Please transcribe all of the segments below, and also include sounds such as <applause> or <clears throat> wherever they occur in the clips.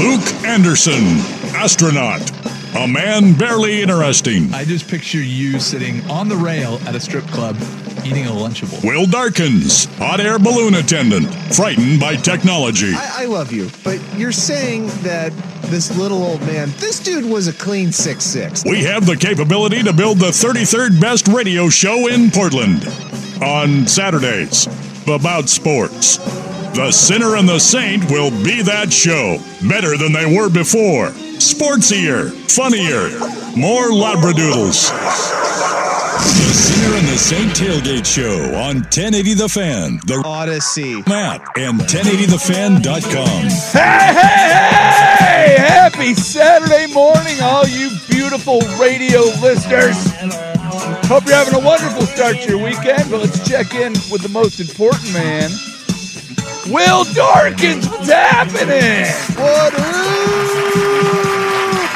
Luke Anderson, astronaut, a man barely interesting. I just picture you sitting on the rail at a strip club eating a Lunchable. Will Darkins, hot air balloon attendant, frightened by technology. I, I love you, but you're saying that this little old man, this dude was a clean six six. We have the capability to build the 33rd best radio show in Portland on Saturdays about sports. The Sinner and the Saint will be that show. Better than they were before. Sportsier, funnier, more Labradoodles. The Sinner and the Saint Tailgate Show on 1080 The Fan, the Odyssey map, and 1080thefan.com. Hey, hey, hey! Happy Saturday morning, all you beautiful radio listeners. Hope you're having a wonderful start to your weekend, but let's check in with the most important man, Will Darkins. What's happening? What up?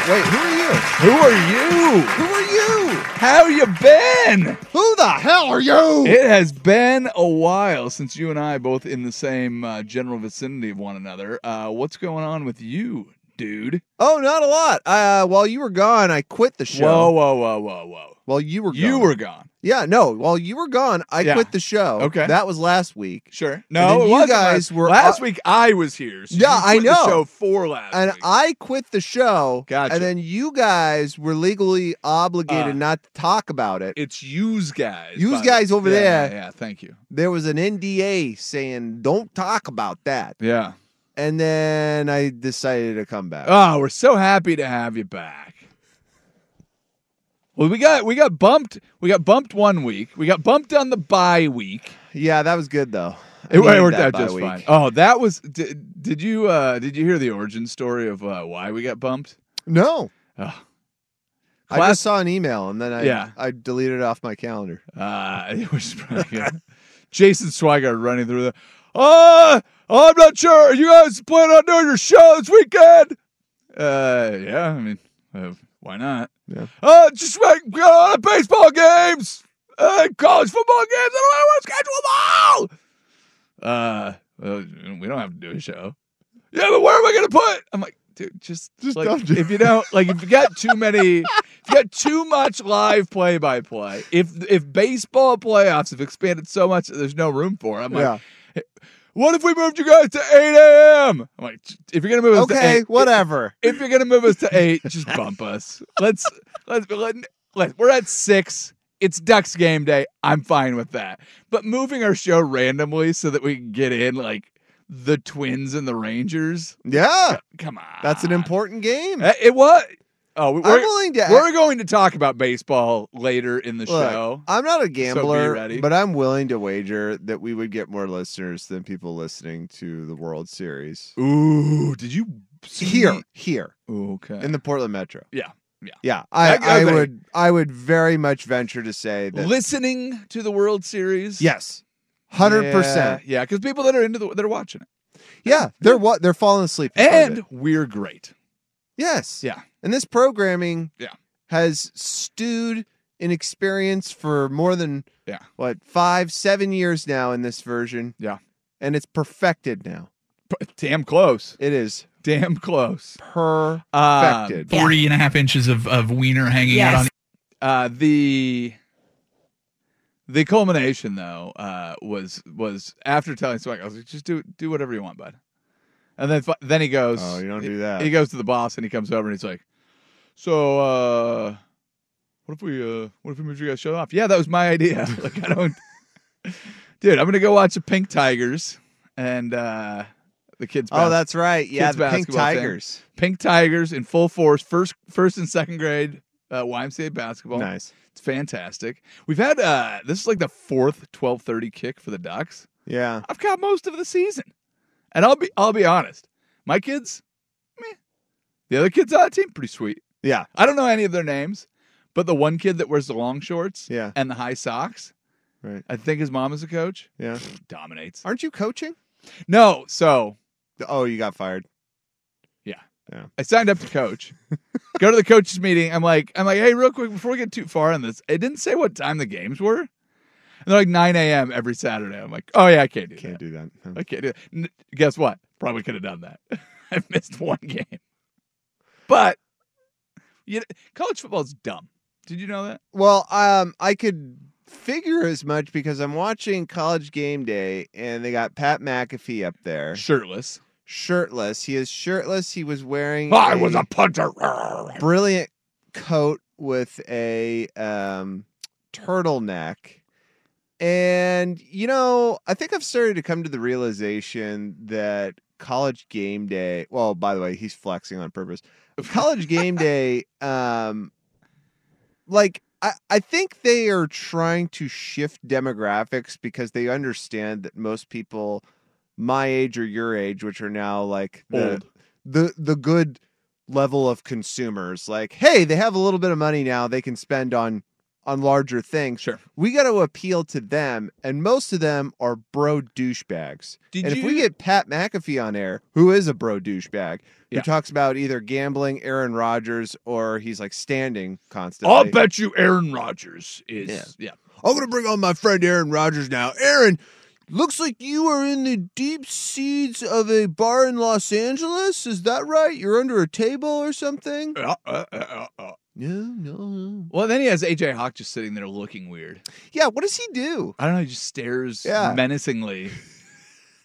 Wait, who are you? Who are you? Who are you? How you been? Who the hell are you? It has been a while since you and I both in the same uh, general vicinity of one another. Uh, what's going on with you, dude? oh, not a lot. Uh, while you were gone, I quit the show. Whoa, whoa, whoa, whoa, whoa. While you were gone. You were gone. Yeah, no. While you were gone, I Yeah. quit the show. Okay. That was last week. Sure. And No, then it you wasn't guys last- were- last uh, week. I was here. so Yeah, you I quit know. The show for last And week. I quit the show. Gotcha. And then you guys were legally obligated Uh, not to talk about it. it's yous guys. Yous by the- guys over Yeah, there. Yeah, yeah, thank you. There was an NDA saying, don't talk about that. Yeah. And then I decided to come back. Oh, we're so happy to have you back. Well, we got we got bumped. We got bumped one week. We got bumped on the bye week. yeah, that was good, though. I It needed worked that out bye just week. fine. Oh, that was. Did, did you uh, did you hear the origin story of uh, why we got bumped? No. Ugh. I Class- just saw an email and then I Yeah. I deleted it off my calendar. Uh, <laughs> it was pretty good. Jason Swigart running through the. Uh, I'm not sure. Are you guys planning on doing your show this weekend? Uh, yeah. I mean, uh, why not? Yeah. Uh, just like got a lot of baseball games, uh, college football games. I don't know where to schedule them all. Uh, well, we don't have to do a show. Yeah, but where am I gonna put? I'm like, dude, just Just like, don't do- if you don't like, if you got <laughs> too many, if you got too much live play by play. If if baseball playoffs have expanded so much, that there's no room for. it, I'm like, yeah. what if we moved you guys to 8 a.m.? I'm like, if you're gonna move us to Okay, 8, whatever. if you're gonna move us to eight, just bump us. Let's let's let, let we're at six. It's Ducks game day. I'm fine with that. But moving our show randomly so that we can get in like the Twins and the Rangers. Yeah. Come on, That's an important game. Eh, It was. Oh, we- I'm we're, willing to we're going to talk about baseball later in the Look, show. I'm not a gambler, ready. but I'm willing to wager that we would get more listeners than people listening to the World Series. Ooh, did you see? Here, here Okay. in the Portland Metro. Yeah, yeah. Yeah. I, That goes I eight. would I would very much venture to say that Listening to the World Series. Yes. 100%. Yeah, because people that are into the, they're watching it, Yeah, they're what they're falling asleep. in front of and it. we're great. yes. Yeah. And this programming Yeah. has stewed in experience for more than Yeah. what five, seven years now in this version. Yeah. And it's perfected now. P- Damn close. It is Damn close. perfected. Uh, Um, Three and a half inches of, of wiener hanging out on uh, the the culmination though uh, was was after telling Swag, I was like, just do do whatever you want, bud. And then fi- then he goes, Oh, you don't he- do that. He goes to the boss and he comes over and he's like, so uh, what if we uh, what if we moved you guys shut off? Yeah, that was my idea. <laughs> like I don't, dude, I'm gonna go watch the Pink Tigers and uh, the kids. oh, bas- that's right. Yeah, Kids the Pink basketball thing. Tigers. Pink Tigers in full force, first first and second grade uh, YMCA basketball. Nice. It's fantastic. We've had uh, this is like the fourth 12:30 kick for the Ducks. Yeah. I've caught most of the season, and I'll be I'll be honest. My kids, meh. The other kids on the team, pretty sweet. Yeah. I don't know any of their names, but the one kid that wears the long shorts Yeah. and the high socks, Right. I think his mom is a coach, Yeah. dominates. Aren't you coaching? No, so Oh, you got fired. I signed up to coach. Go to the coaches meeting. I'm like, I'm like, hey, real quick before we get too far on this, it didn't say what time the games were. And they're like 9 a.m. every Saturday. I'm like, oh yeah, I can't do Can't that. do that. Huh. I can't do that. N- guess what? Probably could have done that. <laughs> I missed one game. But you know, college football's dumb. Did you know that? Well, um, I could figure as much because I'm watching College Game Day, and they got Pat McAfee up there, Shirtless. shirtless. He is shirtless. He was wearing. I was a punter. brilliant coat with a um, turtleneck. And, you know, I think I've started to come to the realization that college game day, well, by the way, he's flexing on purpose. College game day, um, like, I, I think they are trying to shift demographics because they understand that most people my age or your age, which are now like the, Old. the the good level of consumers like hey they have a little bit of money now they can spend on on larger things Sure. we got to appeal to them and most of them are bro douchebags Did and you if we get pat mcafee on air who is a bro douchebag Yeah. who talks about either gambling aaron rodgers or he's like standing constantly I'll bet you Aaron Rodgers is Yeah. yeah. I'm gonna bring on my friend Aaron Rodgers now. Aaron, looks like you are in the deep seeds of a bar in Los Angeles. Is that right? You're under a table or something? Uh, uh, uh, uh. No, no, no. Well, then he has AJ Hawk just sitting there looking weird. Yeah, what does he do? I don't know. He just stares Yeah. <laughs> menacingly.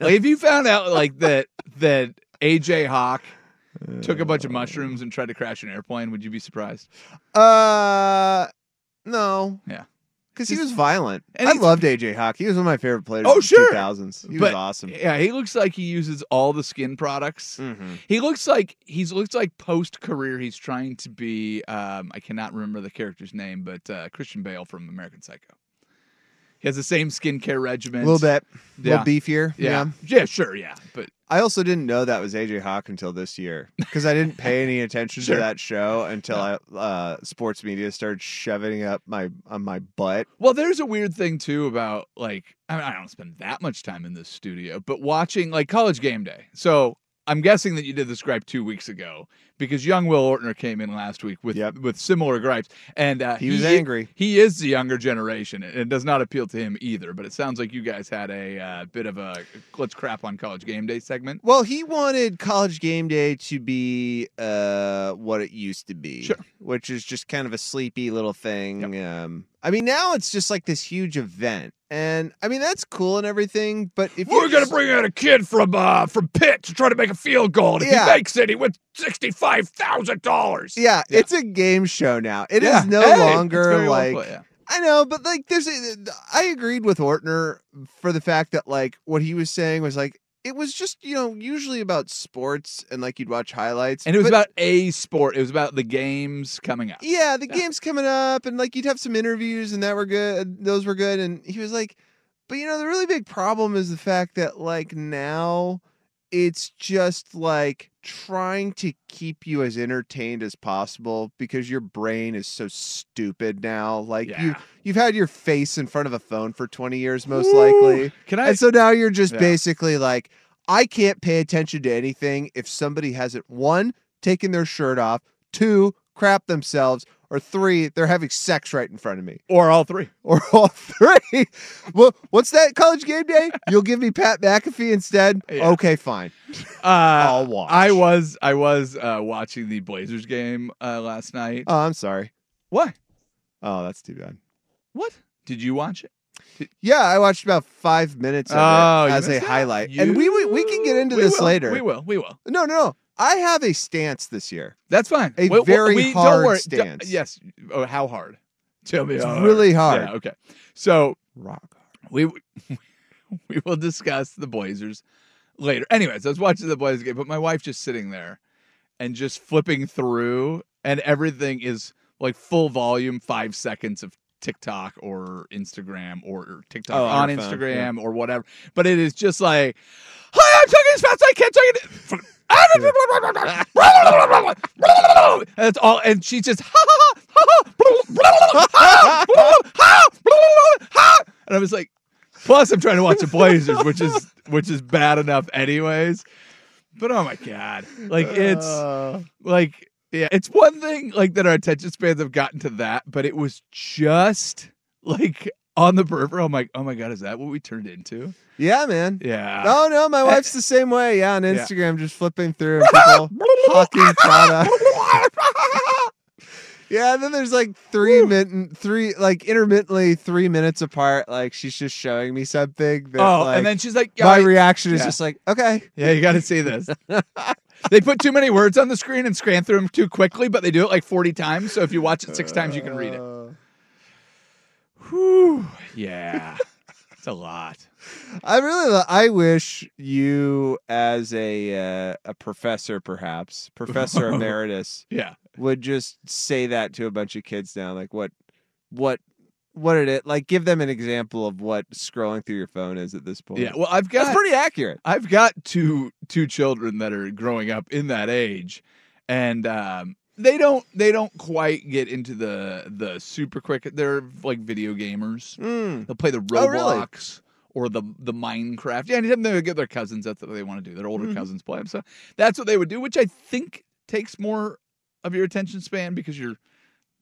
like if you found out like that that AJ Hawk took a bunch of mushrooms and tried to crash an airplane, would you be surprised? Uh, no. Yeah. Because he was violent. And I he's- loved AJ Hawk. He was one of my favorite players Oh, in sure. the 2000s. He But- was awesome. Yeah, he looks like he uses all the skin products. Mhm. He looks like he's looks like post career he's trying to be. Um, I cannot remember the character's name, but uh, Christian Bale from American Psycho. He has the same skincare A regimen. little bit. A Yeah. little beefier. Yeah. yeah. Sure. Yeah. But I also didn't know that was AJ Hawk until this year because I didn't pay any <laughs> attention Sure. to that show until I, uh, sports media started shoving up my on my butt. Well, there's a weird thing too about like I, mean, I don't spend that much time in this studio, but watching like college game day. So I'm guessing that you did this gripe two weeks ago because young Will Ortner came in last week with Yep. with similar gripes, and uh, He was angry. He is the younger generation, and it does not appeal to him either. But it sounds like you guys had a uh, bit of a let's crap on college game day segment. Well, he wanted College Game Day to be uh, what it used to be, Sure. which is just kind of a sleepy little thing. Um, I mean, now it's just like this huge event, and I mean that's cool and everything. But if We're you gonna bring out a kid from uh, from Pitt to try to make a field goal. And if Yeah. he makes it, he wins sixty five thousand dollars. yeah, Yeah. it's a game show now. It is Yeah. no Hey, it's very longer well like put, yeah. I know, but like, there's, a, I agreed with Ortner for the fact that like what he was saying was like it was just you know usually about sports and like you'd watch highlights And it was but- about a sport. It was about the games coming up. yeah the game's coming up and like you'd have some interviews and that were good those were good and he was like but you know the really big problem is the fact that like now it's just like trying to keep you as entertained as possible because your brain is so stupid now like you Yeah. you've had your face in front of a phone for 20 years most likely Can I? and so now you're just Yeah. basically like, I can't pay attention to anything if somebody hasn't one, taken their shirt off, two, crap themselves, or three, they're having sex right in front of me. or all three. Or <laughs> all three. well, what's that college game day? You'll give me Pat McAfee instead? Yeah. Okay, fine. Uh, i I'll watch. was I was uh, watching the Blazers game uh, last night. Oh, I'm sorry. what? Oh, that's too bad. What? Did you watch it? Yeah, I watched about five minutes of Oh, it you as a missed out. highlight. And we, we we can get into this will. later. We will. We will. No, no, no. I have a stance this year. That's fine. A We- we- very we- hard don't worry. D- stance. yes. Oh, how hard? Tell me. It's how really hard. Yeah, okay. So Rock. we we will discuss the Blazers later. Anyways, I was watching the Blazers game, but my wife just sitting there and just flipping through, and everything is like full volume, five seconds of TikTok or Instagram or TikTok Oh, on on your phone, Instagram or whatever. But it is just like, hi, I'm talking as fast as I can. Talking. And That's all, and she's just. And I was like, plus I'm trying to <laughs> watch the Blazers, which is which is bad enough, anyways. But oh my god, like it's Uh. like yeah, it's one thing like that our attention spans have gotten to that, but it was just like on the peripheral. I'm like, oh my god, is that what we turned into? Yeah, man. Yeah. Eh. Oh no, my wife's the same way. Yeah, on Yeah. Instagram, just flipping through and <laughs> people <laughs> hawking products. Yeah, and then there's like three minute, three like intermittently three minutes apart. Like she's just showing me something. That, oh, like, and then she's like, yeah, my I- reaction is yeah. just like, okay, Yeah, you got to see <laughs> this. they put too many words on the screen and scan through them too quickly, but they do it like 40 times. So if you watch it six times, you can read it. Uh, Whew. Yeah. <laughs> It's a lot. I really, li- I wish you, as a uh, a professor, perhaps <laughs> professor emeritus, Yeah. would just say that to a bunch of kids now. Like, what, what, what it is? Like, give them an example of what scrolling through your phone is at this point. Yeah. Well, I've that's got pretty accurate. I've got two two children that are growing up in that age, and um, they don't they don't quite get into the the super quick. They're like video gamers. Mm. They'll play the Roblox Oh, really? or the the Minecraft. Yeah, anytime they would get their cousins, that's what they want to do. Their older Mm-hmm. cousins play them. So that's what they would do, which I think takes more of your attention span because you're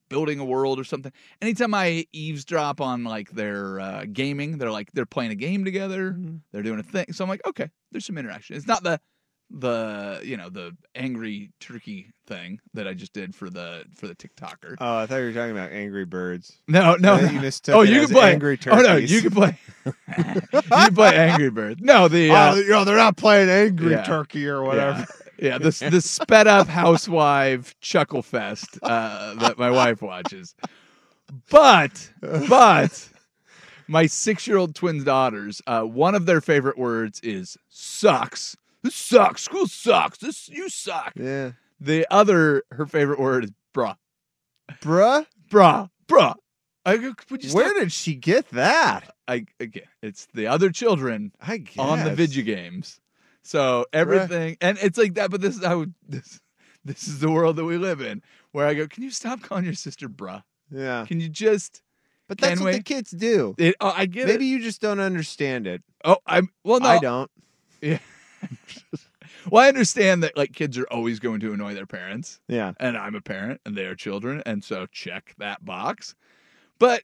building a world or something. Anytime I eavesdrop on like their uh, gaming, they're like they're playing a game together, Mm-hmm. they're doing a thing. So I'm like, okay, there's some interaction. It's not the the you know the angry turkey thing that I just did for the for the TikToker. Oh, I thought you were talking about Angry <laughs> Birds. no, no, I no. think you mistook oh, it you as can play Angry Oh no, Turkeys. you can play. you can play Angry Birds. No, the uh, Oh, you know, they're not playing Angry Yeah. Turkey or <laughs> Yeah, yeah the the sped up housewife chuckle fest uh, that my wife watches. But but my six year old twin daughters, uh, one of their favorite words is sucks. This sucks. School sucks. This you suck. Yeah. The other her favorite word is bruh. Bruh, Bruh. Bruh. I, go, would you stop?" where did she get that? I again it's the other children I guess. on the video games. So everything, and it's like that. But this is how this this is the world that we live in, where I go, can you stop calling your sister bruh? Yeah. Can you just? But that's Can what we? the kids do. It, oh, I get Maybe it. you just don't understand it. Oh, I'm well. No, I don't. Well, I understand that like kids are always going to annoy their parents, Yeah. and I'm a parent, and they are children, and so check that box. But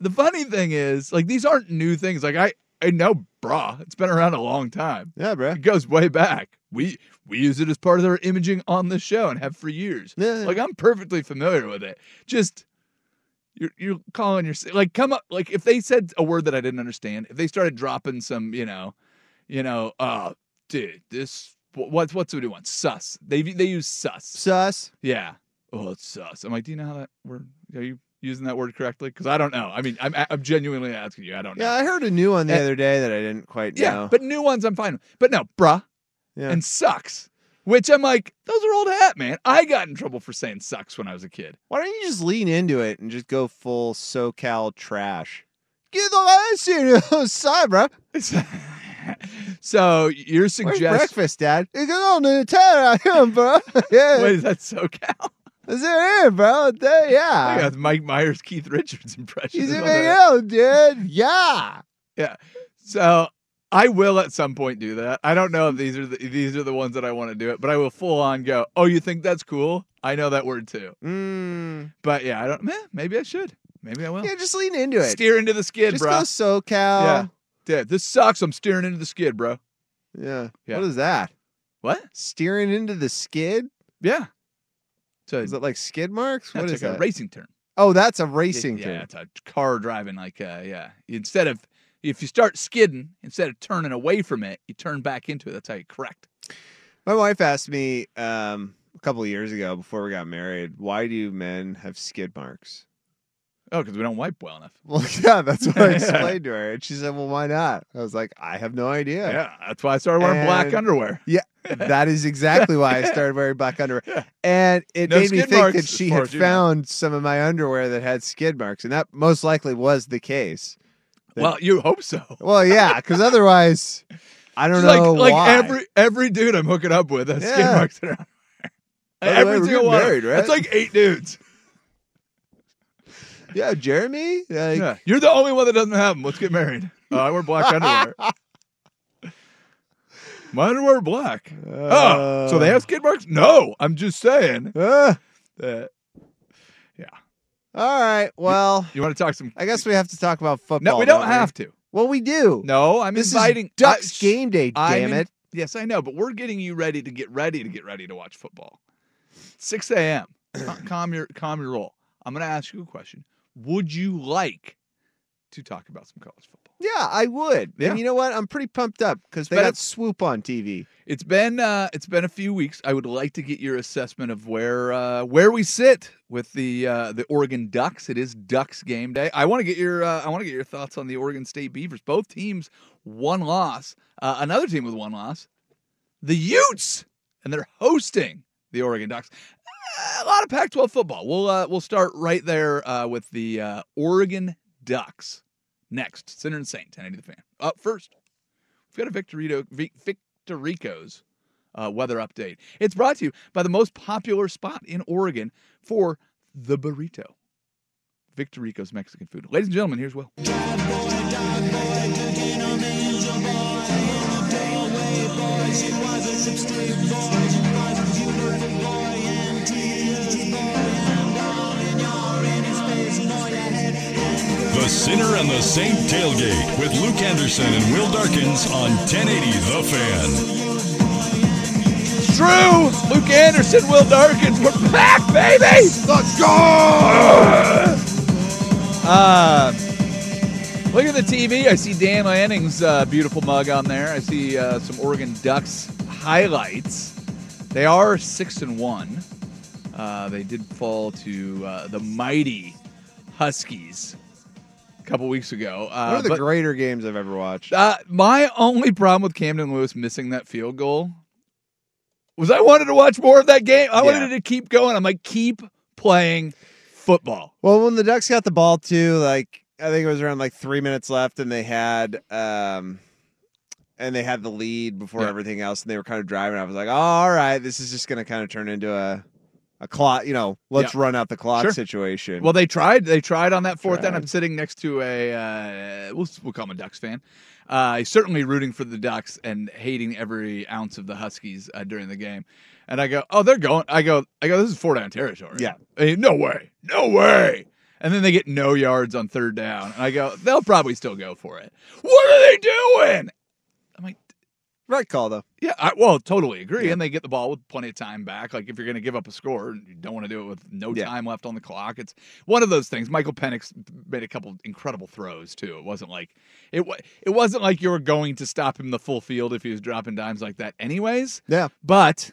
the funny thing is, like these aren't new things. Like I I know bruh. It's been around a long time. Yeah, bruh. It goes way back. We we use it as part of our imaging on the show and have for years. Yeah, yeah. Like I'm perfectly familiar with it. Just you're you're calling your like come up like if they said a word that I didn't understand, if they started dropping some, you know, you know, uh dude, this wh- what's what's what do you want? Sus. They they use sus. Sus. Yeah. Oh, it's sus. I'm like, do you know how that word? Are you using that word correctly? Because I don't know. I mean, I'm I'm genuinely asking you. I don't know. Yeah, I heard a new one the Eh. other day that I didn't quite Yeah, know. but new ones I'm fine with. But no, bruh Yeah. and sucks, which I'm like, those are old hat, man. I got in trouble for saying sucks when I was a kid. Why don't you just lean into it and just go full SoCal trash? Get the <laughs> last year outside, bro. <laughs> so your Where's suggestion. breakfast, Dad? It's on the town, <laughs> I am, bro. <laughs> Yeah, Wait, is that SoCal? it's in here, bro. There, I think yeah. that's Mike Myers, Keith Richards impression. Ah. He's is in on the that. out, dude. Yeah. So I will at some point do that. I don't know if these are the, these are the ones that I want to do it, but I will full on go. Oh, you think that's cool? I know that word too. Mm. But yeah, I don't. Meh, maybe I should. Maybe I will. Yeah, just lean into it. Steer into the skid, just bro. go SoCal. Yeah. Dude, this sucks. I'm steering into the skid, bro. Yeah. Yeah. What is that? What? Steering into the skid? Yeah. It's a, Is it like skid marks? no, What it's is Uh, like that? a racing term. oh, that's a Yeah, racing yeah, term. it's a car driving like uh yeah. Instead of if you start skidding, instead of turning away from it, you turn back into it. That's how you correct. My wife asked me um, a couple of years ago before we got married, why do men have skid marks? <laughs> Oh, because we don't wipe well enough. Well, yeah, that's what I explained to her. And she said, well, why not? I was like, I have no idea. Yeah, that's why I started wearing black And- underwear. That is exactly why I started wearing black underwear. Yeah. And it No made me skid think marks that as she far had as you know. found some of my underwear that had skid marks. And that most likely was the case. That- Well, you hope so. Well, yeah, because otherwise, I don't Just know. like why. like every every dude I'm hooking up with has skin Yeah. marks in their underwear. By the way, Every we're single getting one. married, That's right? like eight dudes. Yeah, Jeremy? uh, Like, yeah. You're the only one that doesn't have them. Let's get married. Uh, I wear black underwear. <laughs> My underwear are black. <laughs> oh, so they have skid marks? No, I'm just saying Uh, that all right. Well, you want to talk some. I guess we have to talk about football. No, we don't have to. Well, we do. No, I'm this inviting is Ducks I- game day. I'm Damn in- it! Yes, I know, but we're getting you ready to get ready to get ready to watch football. 6 <clears throat> a.m. Ca- calm your calm your roll. I'm going to ask you a question. Would you like to talk about some college football? Yeah, I would. Yeah. And you know what? I'm pretty pumped up because they better- got Swoop on TV. It's been uh, it's been a few weeks. I would like to get your assessment of where uh, where we sit with the uh, the Oregon Ducks. It is Ducks game day. I want to get your uh, I want to get your thoughts on the Oregon State Beavers. Both teams one loss. Uh, another team with one loss, the Utes, and they're hosting the Oregon Ducks. Uh, A lot of Pac-12 football. We'll uh, we'll start right there uh, with the uh, Oregon Ducks. Next, Sinner and Saint, 1080 the fan. Up first. We've got a Victorito, Vic- Victorico's uh, weather update. It's brought to you by the most popular spot in Oregon for the burrito, Victorico's Mexican food. Ladies and gentlemen, here's Will. The Sinner and the Saint Tailgate with Luke Anderson and Will Darkins on 1080 The Fan. It's true. Luke Anderson, Will Darkins, we're back, baby. Let's go. Uh, look at the TV. I see Dan Lanning's uh, beautiful mug on there. I see uh, some Oregon Ducks highlights. They are six and one. Uh, they did fall to uh, the mighty Huskies a couple weeks ago. Uh, One of the but- greater games I've ever watched. uh, my only problem with Camden Lewis missing that field goal was I wanted to watch more of that game. I wanted Yeah. to keep going. I'm like, keep playing football. Well, when the Ducks got the ball too, like I think it was around like three minutes left, and they had um, and they had the lead before Yeah. everything else, and they were kind of driving. I was like, oh, all right, this is just going to kind of turn into a a clock, you know, let's run out the clock Sure. situation. Well, they tried. They tried on that fourth down. Tried. I'm sitting next to a uh, we'll, we'll call him a Ducks fan. Uh, he's certainly rooting for the Ducks and hating every ounce of the Huskies uh, during the game. And I go, oh, they're going. I go, I go. This is four down territory. Yeah. I mean, no way, no way. And then they get no yards on third down, and I go, they'll probably still go for it. What are they doing? I'm like, right call though. yeah, I, well, totally agree. And they get the ball with plenty of time back. Like if you're going to give up a score, you don't want to do it with no Yeah. time left on the clock. It's one of those things. Michael Penix made a couple incredible throws too. It wasn't like it. wa- It wasn't like you were going to stop him the full field if he was dropping dimes like that. Anyways, Yeah. but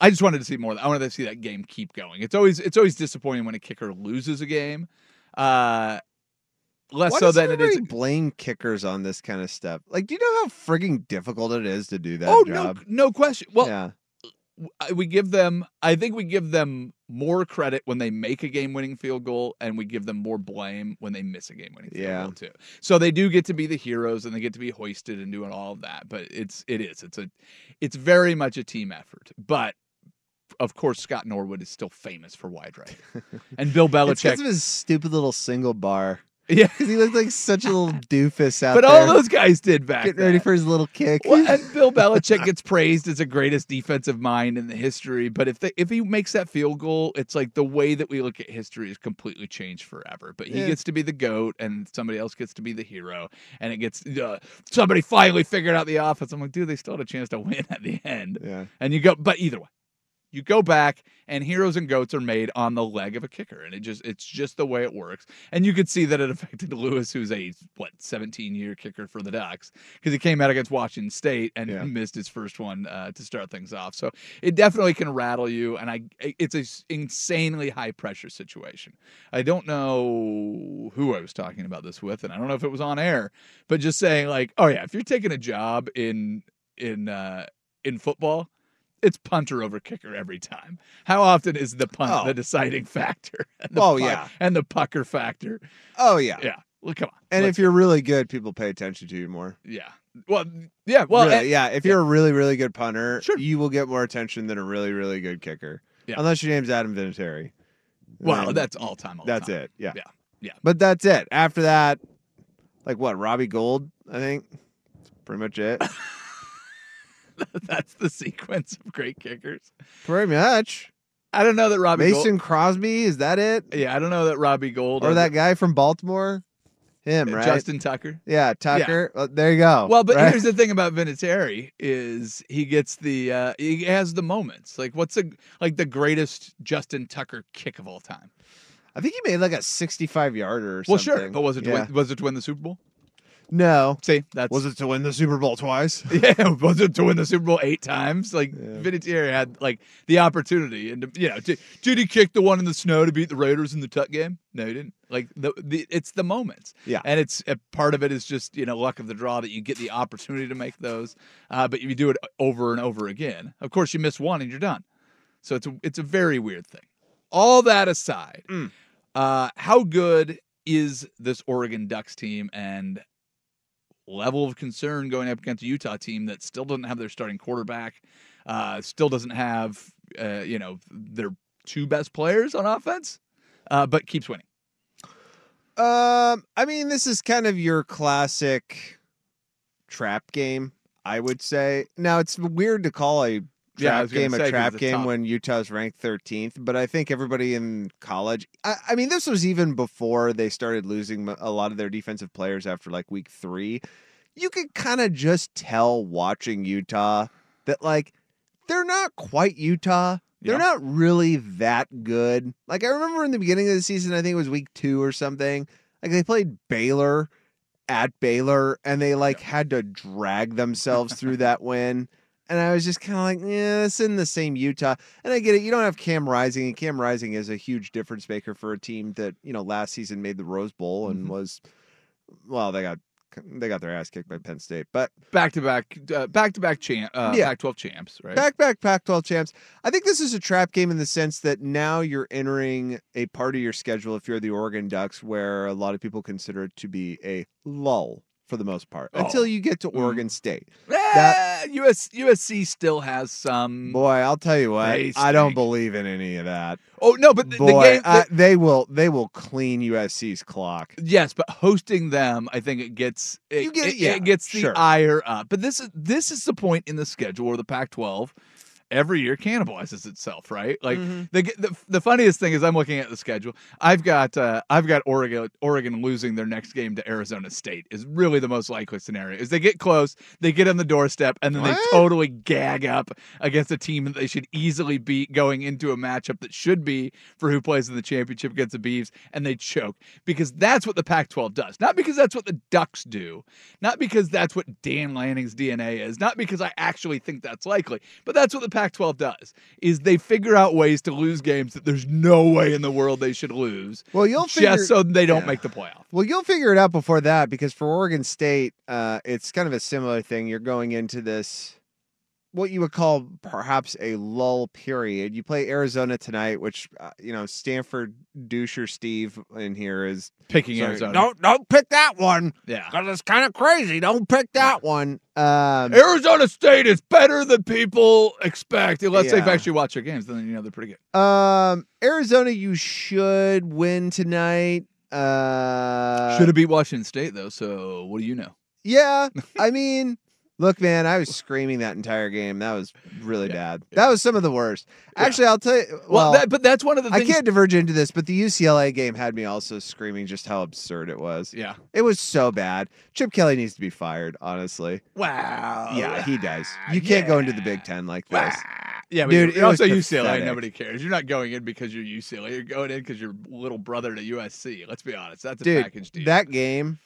I just wanted to see more. I wanted to see that game keep going. It's always it's always disappointing when a kicker loses a game. Uh, less Why so does than it is. everybody blame kickers on this kind of stuff? Like, do you know how frigging difficult it is to do that Oh job? no, no question. Well, yeah, I- we give them i think we give them more credit when they make a game-winning field goal and we give them more blame when they miss a game-winning field Yeah. goal too so they do get to be the heroes and they get to be hoisted and doing all of that but it's it is it's a it's very much a team effort but of course scott norwood is still famous for wide right <laughs> and bill it's belichick because of his stupid little single bar. <laughs> yeah Because he looked like such <laughs> a little doofus out but there. all those guys did back getting ready then. for his little kick. <laughs> Well, and Bill Belichick gets praised as the greatest defensive mind in the history, but if they, if he makes that field goal, it's like the way that we look at history is completely changed forever. But he Yeah. gets to be the goat, and somebody else gets to be the hero, and it gets uh, somebody finally figured out the offense. I'm like, dude, they still had a chance to win at the end, yeah. and you go, but either way, You go back and heroes and goats are made on the leg of a kicker, and it just it's just the way it works. And you could see that it affected Lewis, who's a what 17 year kicker for the Ducks, because he came out against Washington State and Yeah. missed his first one uh, to start things off. So it definitely can rattle you, and I it's an insanely high pressure situation. I don't know who I was talking about this with, and I don't know if it was on air, but just saying like, oh yeah, if you're taking a job in in uh, in football, it's punter over kicker every time. How often is the punt Oh. the deciding factor? <laughs> And the Oh, puck- yeah. and the pucker factor. Oh yeah. Yeah, well, come on. And Let's- if you're really good, people pay attention to you more. yeah, well, yeah, well, Really, and- yeah. If you're a really, really good punter, Sure. you will get more attention than a really, really good kicker. Yeah. Unless your name's Adam Vinatieri. well, Then that's all time. All that's time. it. Yeah. Yeah. Yeah. But that's it. After that, like what, Robbie Gold, I think. That's pretty <laughs> much it. <laughs> that's the sequence of great kickers. pretty much. I don't know that Robbie Gold- Mason Crosby, is that it? Yeah, I don't know that Robbie Gold Or that guy from Baltimore? Him, right? Uh, Justin Tucker. yeah, Tucker. Uh, there you go. Well, but right? here's the thing about Vinatieri is he gets the uh, he has the moments. Like what's a like the greatest Justin Tucker kick of all time? I think he made like a 65 yarder or Well, something. sure, but was it to Yeah. win, was it to win the Super Bowl? No. See, that's Was it to win the Super Bowl twice? <laughs> yeah, was it to win the Super Bowl eight times? Like Yeah. Vinatieri had like the opportunity, and you know, did, did he kick the one in the snow to beat the Raiders in the Tuck game? No, he didn't. Like the, the it's the moments, Yeah. and it's a part of it is just you know luck of the draw that you get the opportunity to make those, uh, but you do it over and over again. Of course, you miss one and you're done. So it's a, it's a very weird thing. All that aside, Mm. uh, how good is this Oregon Ducks team and level of concern going up against a Utah team that still doesn't have their starting quarterback, uh, still doesn't have uh, you know their two best players on offense, uh, but keeps winning. Um, I mean, this is kind of your classic trap game, I would say. Now it's weird to call a trap Yeah, I was gonna game say, 'cause a trap it's game top. when Utah's ranked thirteenth, but I think everybody in college. I, I mean, this was even before they started losing m- a lot of their defensive players after like week three. You could kind of just tell watching Utah that like they're not quite Utah. They're Yeah. not really that good. Like I remember in the beginning of the season, I think it was week two or something. Like they played Baylor at Baylor, and they like had to drag themselves through that win. And I was just kind of like, yeah, it's in the same Utah. And I get it. You don't have Cam Rising, and Cam Rising is a huge difference maker for a team that you know last season made the Rose Bowl and Mhm. was, well, they got they got their ass kicked by Penn State, but Back to back, back to back champ, uh, Yeah. Pac-12 champs, right? Back, back, Pac 12 champs. I think this is a trap game in the sense that now you're entering a part of your schedule, if you're the Oregon Ducks, where a lot of people consider it to be a lull for the most part Oh. until you get to Oregon State. Eh, US, USC still has some. Boy, I'll tell you what, They I don't stink. believe in any of that. oh no, but the, the Boy, game. I- they will they will clean USC's clock. Yes, but hosting them, I think it gets it, You get- it- yeah, it gets the sure. ire up. But this is this is the point in the schedule where the Pac-12 every year cannibalizes itself, right? Like Mm-hmm. the, the the funniest thing is I'm looking at the schedule. I've got uh, I've got Oregon Oregon losing their next game to Arizona State is really the most likely scenario. Is they get close, they get on the doorstep, and then What? they totally gag up against a team that they should easily beat going into a matchup that should be for who plays in the championship against the Beavs, and they choke because that's what the Pac-12 does. Not because that's what the Ducks do. Not because that's what Dan Lanning's DNA is. Not because I actually think that's likely. But that's what the Pac-12 does. Is they figure out ways to lose games that there's no way in the world they should lose, Well, you'll figure just so they don't yeah. make the playoff. Well, you'll figure it out before that because for Oregon State, uh, it's kind of a similar thing. You're going into this, what you would call perhaps a lull period. You play Arizona tonight, which, uh, you know, Stanford doucher Steve in here is. Picking Sorry, Arizona, Don't, don't pick that one yeah. because it's kind of crazy. Don't pick that one. Um, Arizona State is better than people expect. Unless they've Yeah. actually watched their games, then you know they're pretty good. um, Arizona, you should win tonight. Uh, Should have beat Washington State though. So what do you know? Yeah, <laughs> I mean, look, man, I was screaming that entire game. That was really Yeah, bad. That was some of the worst. Yeah. Actually, I'll tell you. Well, Well, that, but that's one of the I things. can't diverge into this, but the UCLA game had me also screaming just how absurd it was. Yeah. It was so bad. Chip Kelly needs to be fired, honestly. Wow. Oh, yeah, he does. You can't go into the Big Ten like this. Wah. Yeah, but Dude, you're- it you're was also UCLA. pathetic. Nobody cares. You're not going in because you're UCLA. You're going in because you're little brother to USC. Let's be honest. That's a package deal. Dude, that game,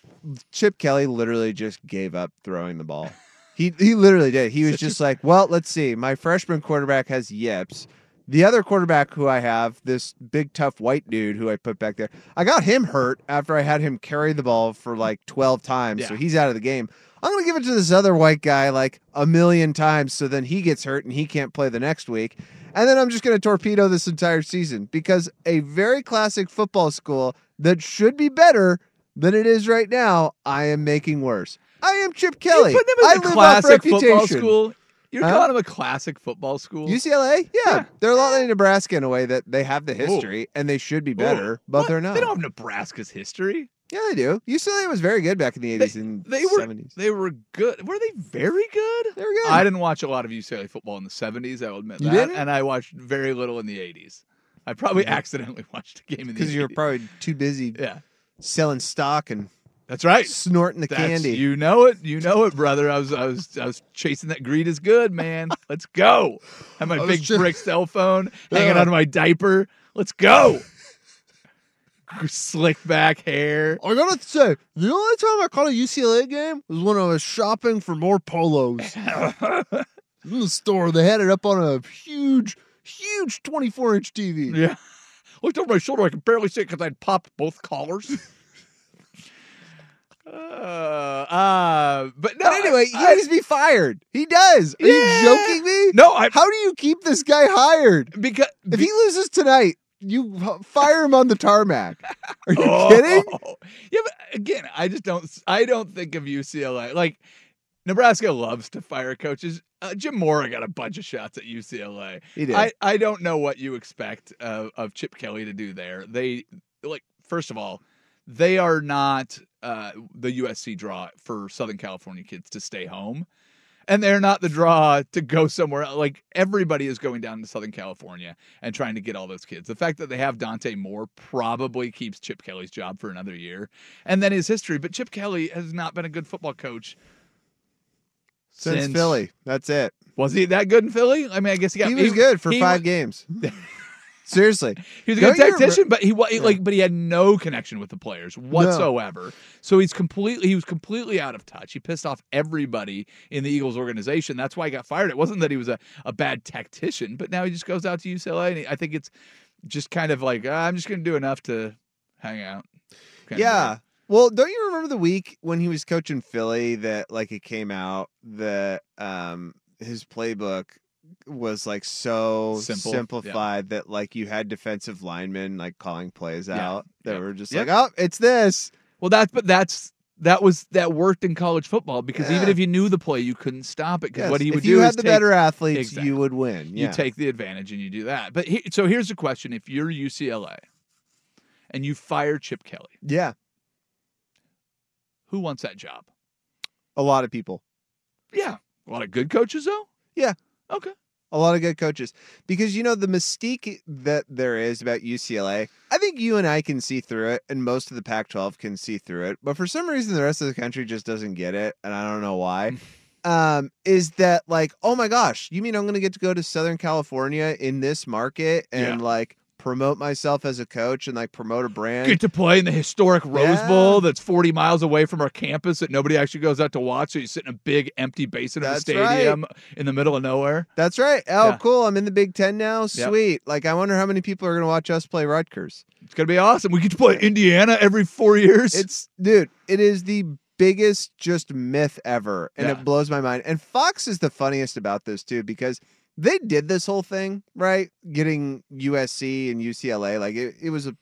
Chip Kelly literally just gave up throwing the ball. He he literally <laughs> did. He was just like, well, let's see. My freshman quarterback has yips. The other quarterback who I have, this big tough white dude who I put back there, I got him hurt after I had him carry the ball for like twelve times, so Yeah. he's out of the game. I'm gonna give it to this other white guy like a million times, so then he gets hurt and he can't play the next week. And then I'm just going to torpedo this entire season because a very classic football school that should be better than it is right now, I am making worse. I am Chip Kelly. You put them I as a classic football reputation. school. You're Huh? calling them a classic football school. UCLA, yeah, Yeah. they're a lot like Nebraska in a way that they have the history and they should be better, Ooh. but What? they're not. They don't have Nebraska's history. yeah, they do. UCLA was very good back in the eighties and They were seventies. they were good. Were they very good? They were good. I didn't watch a lot of UCLA football in the 70s. I will admit You that, didn't? Mm-hmm. and I watched very little in the 80s. I probably accidentally <laughs> watched a game in the because you were 80s. probably too busy yeah. selling stock and That's right. snorting the That's- candy. You know it. You know it, brother. I was I was I was chasing that greed is good, man. Let's go. Have my was big just- brick cell phone hanging Yeah. out of my diaper. Let's go. <laughs> Slick back hair. I gotta say, the only time I caught a UCLA game was when I was shopping for more <laughs> polos. In the store, they had it up on a huge, huge 24 inch TV. Yeah. <laughs> Looked over my shoulder. I could barely see it because I'd popped both collars. uh, uh, but no. But anyway, he I- I- needs to be fired. He does. Are Yeah. you joking me? no, I How do you keep this guy hired? because If he loses tonight, you h- fire him on <laughs> the tarmac. Are you Oh. kidding? Yeah, but again, I just don't. I don't think of UCLA like Nebraska loves to fire coaches. Uh, Jim Mora got a bunch of shots at UCLA. He did. I I don't know what you expect of, of Chip Kelly to do there. They like first of all, they are not uh, the USC draw for Southern California kids to stay home. And they're not the draw to go somewhere. else. Like everybody is going down to Southern California and trying to get all those kids. The fact that they have Dante Moore probably keeps Chip Kelly's job for another year, and then his history. But Chip Kelly has not been a good football coach Since, Philly. That's it. Was he that good in Philly? I mean, I guess he got he was good for he five wa- <laughs> games. Seriously. He was a Don't good you remember- tactician, but he wa- like, but he had no connection with the players whatsoever. So he's completely he was completely out of touch. He pissed off everybody in the Eagles organization. That's why he got fired. It wasn't that he was a, a bad tactician, but now he just goes out to UCLA, and he, I think it's just kind of like "Ah, I'm just going to do enough to hang out. kind of Yeah. Well, don't you remember the week when he was coaching Philly that like it came out that um his playbook was like so Simple, yeah. simplified that like you had defensive linemen like calling plays Yeah, out that yeah, were just yeah. like, "Oh, it's this." Well, that's but that's that was that worked in college football because even Yeah. if you knew the play, you couldn't stop it because Yes, what he would if you do had is the take- better athletes, Exactly. you would win. Yeah. you take the advantage and you do that. But he, so here's the question: If you're UCLA and you fire Chip Kelly, yeah, who wants that job? a lot of people, Yeah, a lot of good coaches though. Yeah. Okay. a lot of good coaches, because you know the mystique that there is about UCLA. I think you and I can see through it, and most of the Pac-12 can see through it, but for some reason the rest of the country just doesn't get it, and I don't know Mm. why. um, is that like, oh my gosh, you mean I'm going to get to go to Southern California in this market and like promote myself as a coach and like promote a brand? Get to play in the historic Rose Yeah. Bowl that's 40 miles away from our campus that nobody actually goes out to watch. So you sit in a big empty basement of a That's stadium in the middle of nowhere. That's right. Oh, Yeah. cool. I'm in the Big Ten now. Sweet. Like, I wonder how many people are going to watch us play Rutgers. It's gonna be awesome. We get to play Indiana every four years. It's, dude, it is the biggest just myth ever. And Yeah. it blows my mind. And Fox is the funniest about this, too, because they did this whole thing, right? Getting USC and UCLA. Like, it, it was a.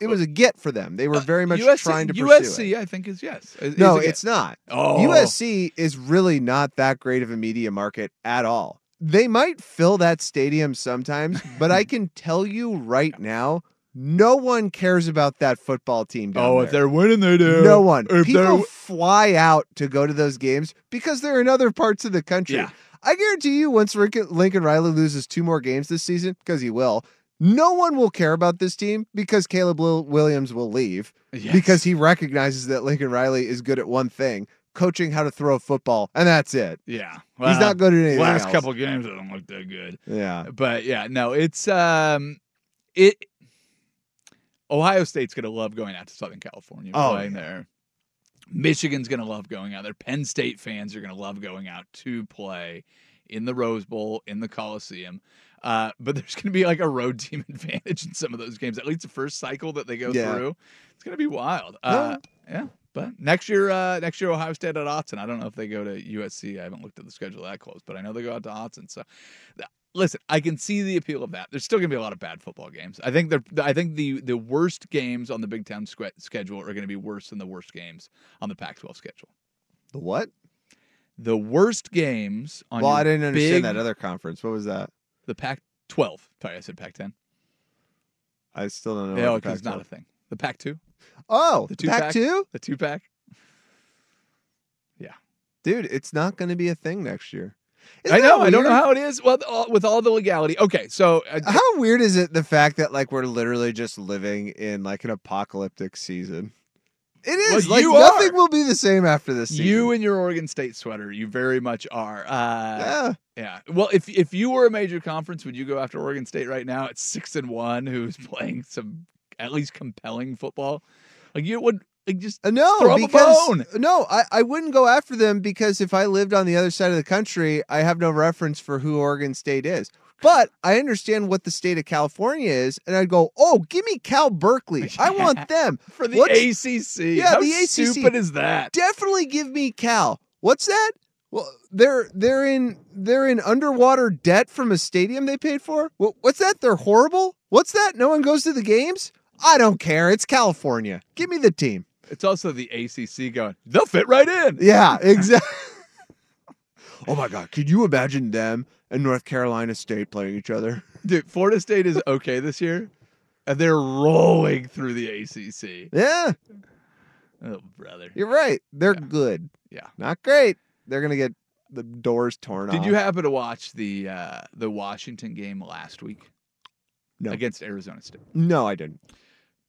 It was a get for them. uh, They were very much USC, trying to pursue USC, it. I think is yes. Is- is No, a get. it's not. oh USC is really not that great of a media market at all. They might fill that stadium sometimes, <laughs> but I can tell you right now, no one cares about that football team. Down Oh, there. if they're winning, they do. no one. If People they're fly out to go to those games because they're in other parts of the country. Yeah. I guarantee you, once Rick- Lincoln Riley loses two more games this season, because he will, no one will care about this team because Caleb Will- Williams will leave Yes. because he recognizes that Lincoln Riley is good at one thing. coaching how to throw a football, and that's it. Yeah. He's not good at anything. Last else. couple games doesn't look that good. Yeah. Uh, But yeah, no, it's um it Ohio State's gonna love going out to Southern California and Oh, playing there. Michigan's gonna love going out there. Penn State fans are gonna love going out to play in the Rose Bowl, in the Coliseum. Uh, but <laughs> there's going to be like a road team <laughs> advantage in some of those games. At least the first cycle that they go Yeah. through, it's going to be wild. Uh, yeah, but next year, uh, next year Ohio State at Otson. I don't know if they go to USC. I haven't looked at the schedule that close, but I know they go out to Otson. So, th- listen, I can see the appeal of that. There's still going to be a lot of bad football games. I think they're, I think the the worst games on the Big Ten sque- schedule are going to be worse than the worst games on the Pac-12 schedule. The what? The worst games on Well, your I didn't understand big- that other conference. What was that? the Pac-12. Sorry, I said Pac-10. I still don't know. Yeah, what the because it's Pac-12 not a thing. The pack two, the Oh, the two two pack, pack? two, the two pack. dude. It's not going to be a thing next year. I Isn't that know. I don't know weird? how it is. Well, th- all, with all the legality. Okay, so uh, How weird is it the fact that like we're literally just living in like an apocalyptic season? It is Well, like you nothing are. will be the same after this season. you and your Oregon State sweater, you very much are. Uh, yeah. yeah. Well, if if you were a major conference, would you go after Oregon State right now at six and one, who's playing some at least compelling football? Like you would. Like just Uh, No, Throw 'em a because bone. no, I, I wouldn't go after them because if I lived on the other side of the country, I have no reference for who Oregon State is. But I understand what the state of California is, and I'd go, oh, give me Cal Berkeley. <laughs> I want them. for the What's- ACC. Yeah, How the ACC. Stupid is that? Definitely give me Cal. What's that? Well, they're they're in they're in underwater debt from a stadium they paid for. Wha- What's that? They're horrible. What's that? No one goes to the games. I don't care. It's California. Give me the team. It's also the ACC going. They'll fit right in. Yeah, exactly. <laughs> oh my God, could you imagine them and North Carolina State playing each other? <laughs> Dude, Florida State is okay this year. And they're rolling through the ACC. Yeah, Oh, brother. you're right. They're good. Yeah. not great. They're gonna get the doors torn off. Did you happen to watch the uh, the Washington game last week? No. Against Arizona State. no, I didn't.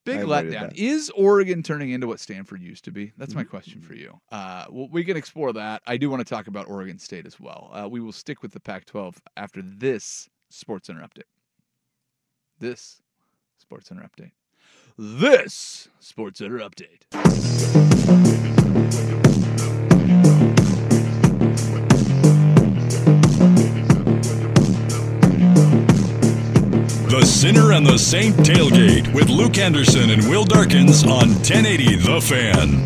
Big I letdown. avoided that. Mm-hmm. Is Oregon turning into what Stanford used to be? That's my question for you. Uh, well, we can explore that. I do want to talk about Oregon State as well. Uh, we will stick with the Pac 12 after this Sports Center update. This Sports Center update. This Sports Center update. The Sinner and the Saint Tailgate with Luke Anderson and Will Darkins on 1080 The Fan.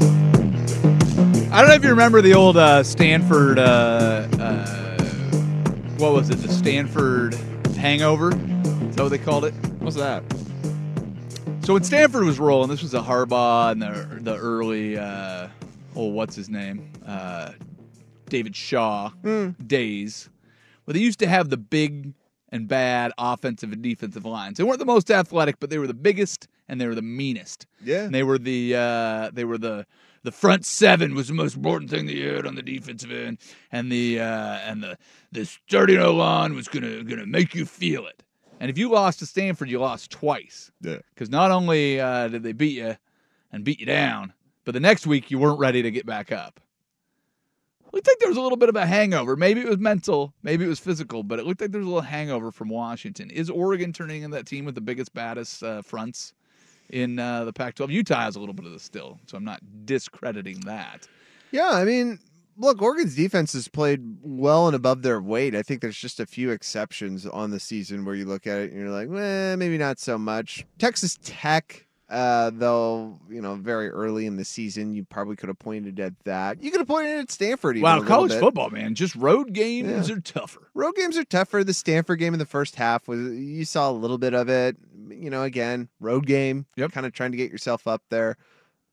I don't know if you remember the old uh, Stanford. Uh, uh, what was it? The Stanford hangover. Is that what they called it? What's that? So when Stanford was rolling, this was a Harbaugh and the the early. Uh, oh, what's his name? Uh, David Shaw days. Well, they used to have the big and bad offensive and defensive lines. They weren't the most athletic, but they were the biggest and they were the meanest. Yeah, And they were the uh, they were the the front seven was the most important thing that you had on the defensive end, and the uh, and the the starting O line was gonna gonna make you feel it. And if you lost to Stanford, you lost twice. Yeah. Because not only uh, did they beat you and beat you down, but the next week you weren't ready to get back up. It looked like there was a little bit of a hangover. Maybe it was mental, maybe it was physical, but it looked like there was a little hangover from Washington. Is Oregon turning into that team with the biggest, baddest uh, fronts? in uh, the Pac-12. Utah has a little bit of this still, so I'm not discrediting that. yeah. I mean, look, Oregon's defense has played well and above their weight. I think there's just a few exceptions on the season where you look at it and you're like, eh, maybe not so much. Texas Tech. Uh, though you know, very early in the season, you probably could have pointed at that. You could have pointed at Stanford. Even a Wow, little college bit. football, man, just road games are tougher. road games are tougher. The Stanford game in the first half was you saw a little bit of it. You know, again, road game, Yep. kind of trying to get yourself up there.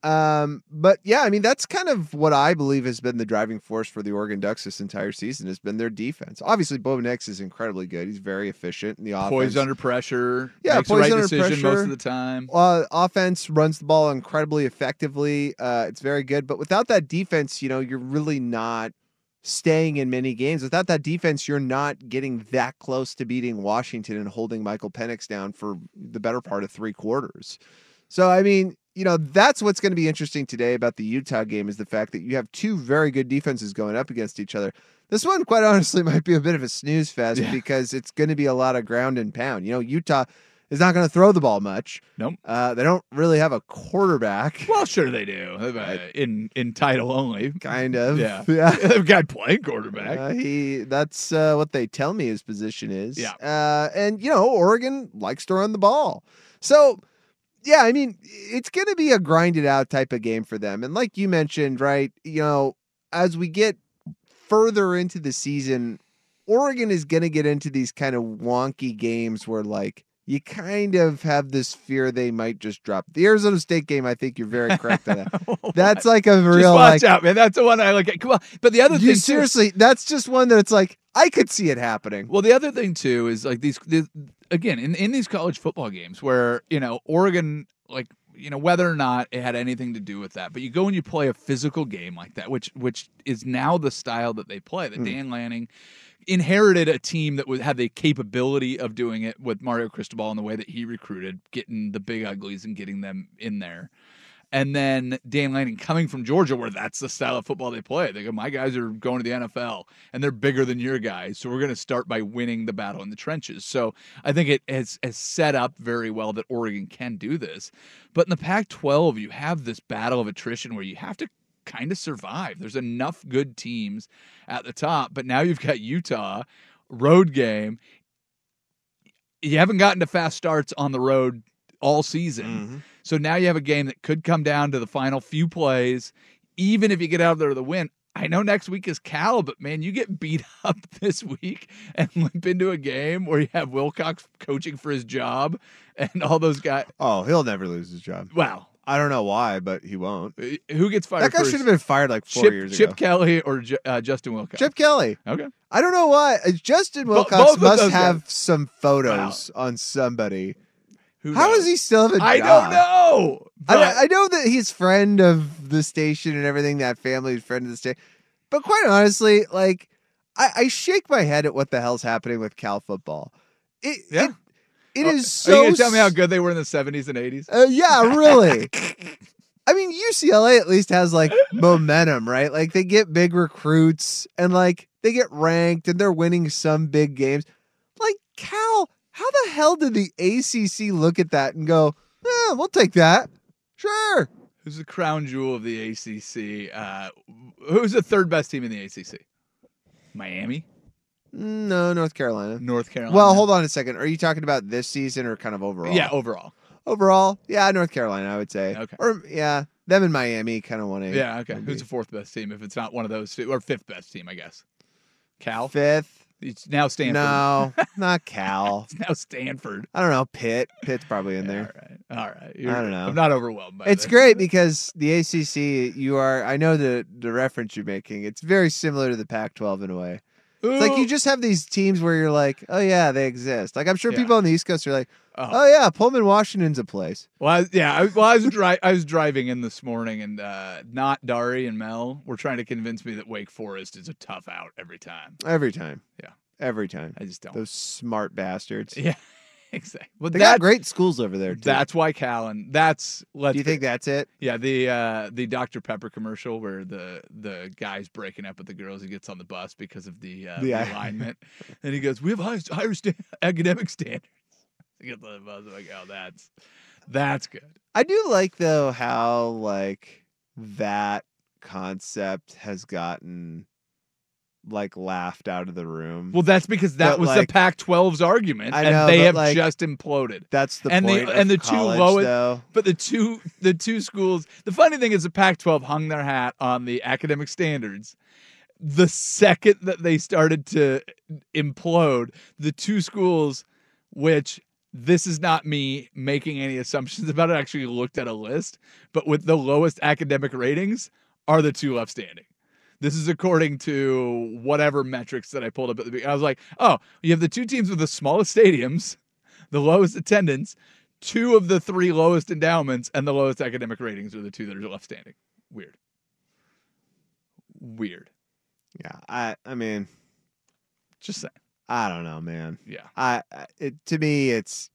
Um, but yeah, I mean, that's kind of what I believe has been the driving force for the Oregon Ducks this entire season has been their defense. Obviously, Bo Nix is incredibly good. He's very efficient in the offense. Poised under pressure, Yeah, makes the poised right under decision most pressure. of the time. uh, offense runs the ball incredibly effectively. Uh, it's very good, but without that defense, you know, you're really not staying in many games. Without that defense, you're not getting that close to beating Washington and holding Michael Penix down for the better part of three quarters. So, I mean, you know, that's what's going to be interesting today about the Utah game is the fact that you have two very good defenses going up against each other. This one, quite honestly, <laughs> might be a bit of a snooze fest Yeah. because it's going to be a lot of ground and pound. You know, Utah is not going to throw the ball much. Nope. Uh, they don't really have a quarterback, Well, sure they do. Uh, In in title only. kind of. Yeah. <laughs> <laughs> Yeah. They've got playing quarterback. Uh, he that's uh, what they tell me his position is. Yeah. Uh, and you know, Oregon likes to run the ball. So yeah, I mean, it's going to be a grinded out type of game for them. And like you mentioned, right, you know, as we get further into the season, Oregon is going to get into these kind of wonky games where like you kind of have this fear they might just drop. The Arizona State game, I think you're very correct <laughs> on that. That's like a Just real like watch out, man. That's the one I look at. Come on. But the other you thing too- seriously, that's just one that it's like I could see it happening. Well, the other thing too is like these, the again in in these college football games where you know Oregon like you know whether or not it had anything to do with that, but you go and you play a physical game like that, which which is now the style that they play. Hmm. That Dan Lanning inherited a team that would had the capability of doing it with Mario Cristobal in the way that he recruited, getting the big uglies and getting them in there. And then Dan Lanning coming from Georgia, where that's the style of football they play. They go, My guys are going to the NFL and they're bigger than your guys. So we're going to start by winning the battle in the trenches. So I think it has, has set up very well that Oregon can do this. But in the Pac 12, you have this battle of attrition where you have to kind of survive. There's enough good teams at the top, but now you've got Utah, road game. You haven't gotten to fast starts on the road all season. So now you have a game that could come down to the final few plays, even if you get out of there with a win. I know next week is Cal, but man, you get beat <laughs> up this week and limp into a game where you have Wilcox coaching for his job and all those guys. Oh, he'll never lose his job. Wow. I don't know why, but he won't. Who gets fired That guy first? should have been fired like four Chip, years Chip ago. Kelly or Ju- uh, Justin Wilcox? Chip Kelly. Okay. I don't know why. Uh, Justin Bo- Wilcox both of must those have some photos on somebody. Who How knows? does he still have a I job? don't know. I, but- know- I know that he's friend of the station and everything. That family is friend of the station. But quite honestly, like I, I shake my head at what the hell's happening with Cal football. It, Yeah. it, it Oh, is Are you so. gonna tell me how s- good they were in the seventies and eighties? Uh, yeah, <laughs> really. I mean, UCLA at least has like momentum, right? Like they get big recruits and like they get ranked and they're winning some big games. Like Cal, how the hell did the ACC look at that and go, "Yeah, we'll take that." Sure. Who's the crown jewel of the ACC? Uh, who's the third best team in the ACC? Miami, No, North Carolina. North Carolina. Well, hold on a second. Are you talking about this season or kind of overall? Yeah, overall. overall. Yeah, North Carolina, I would say. Okay. Or yeah, them and Miami kind of want to. Yeah, okay. Who's the fourth best team? If it's not one of those two, or fifth best team, I guess. Cal. fifth? It's now Stanford. No, not Cal. It's <laughs> now Stanford. I don't know. Pitt. Pitt's probably in there. All right. All right. I don't know. I'm not overwhelmed by It's this. great because the ACC, you are. I know the the reference you're making. It's very similar to the Pac-12 in a way. It's like you Ooh. just have these teams where you're like, oh yeah, they exist. Like I'm sure Yeah. people on the East Coast are like, Oh. oh yeah, Pullman, Washington's a place. Well, I, yeah. I, well, I was dri- I was driving in this morning, and uh, not Dari and Mel were trying to convince me that Wake Forest is a tough out every time. Every time. Yeah. Every time. I just don't. Those smart <laughs> bastards. yeah, exactly. But They that, got great schools over there. Too. That's why Cal and that's let's. Do you think that's it? Yeah, the uh, the Dr Pepper commercial where the the guy's breaking up with the girls. He gets on the bus because of the, uh, The- alignment, and he goes, "We have high, higher sta- <laughs> academic standards." <laughs> He gets on the bus. I'm like, "Oh, that's that's good." I do like though how like that concept has gotten like laughed out of the room. Well, that's because that But, was like- the Pac-12's argument, I know, and they but, have like- just imploded. that's the and the- point of and the two college, lowest- though. But the two the two schools. The funny thing is, the Pac-12 hung their hat on the academic standards. The second that they started to implode, the two schools, which this is not me making any assumptions <laughs> about it, I actually looked at a list, but with the lowest academic ratings are the two left standing. This is according to whatever metrics that I pulled up at the beginning. I was like, oh, you have the two teams with the smallest stadiums, the lowest attendance, two of the three lowest endowments, and the lowest academic ratings are the two that are left standing. Weird. Weird. Yeah, I I mean, Just saying. I don't know, man. Yeah. I I- it, to me it's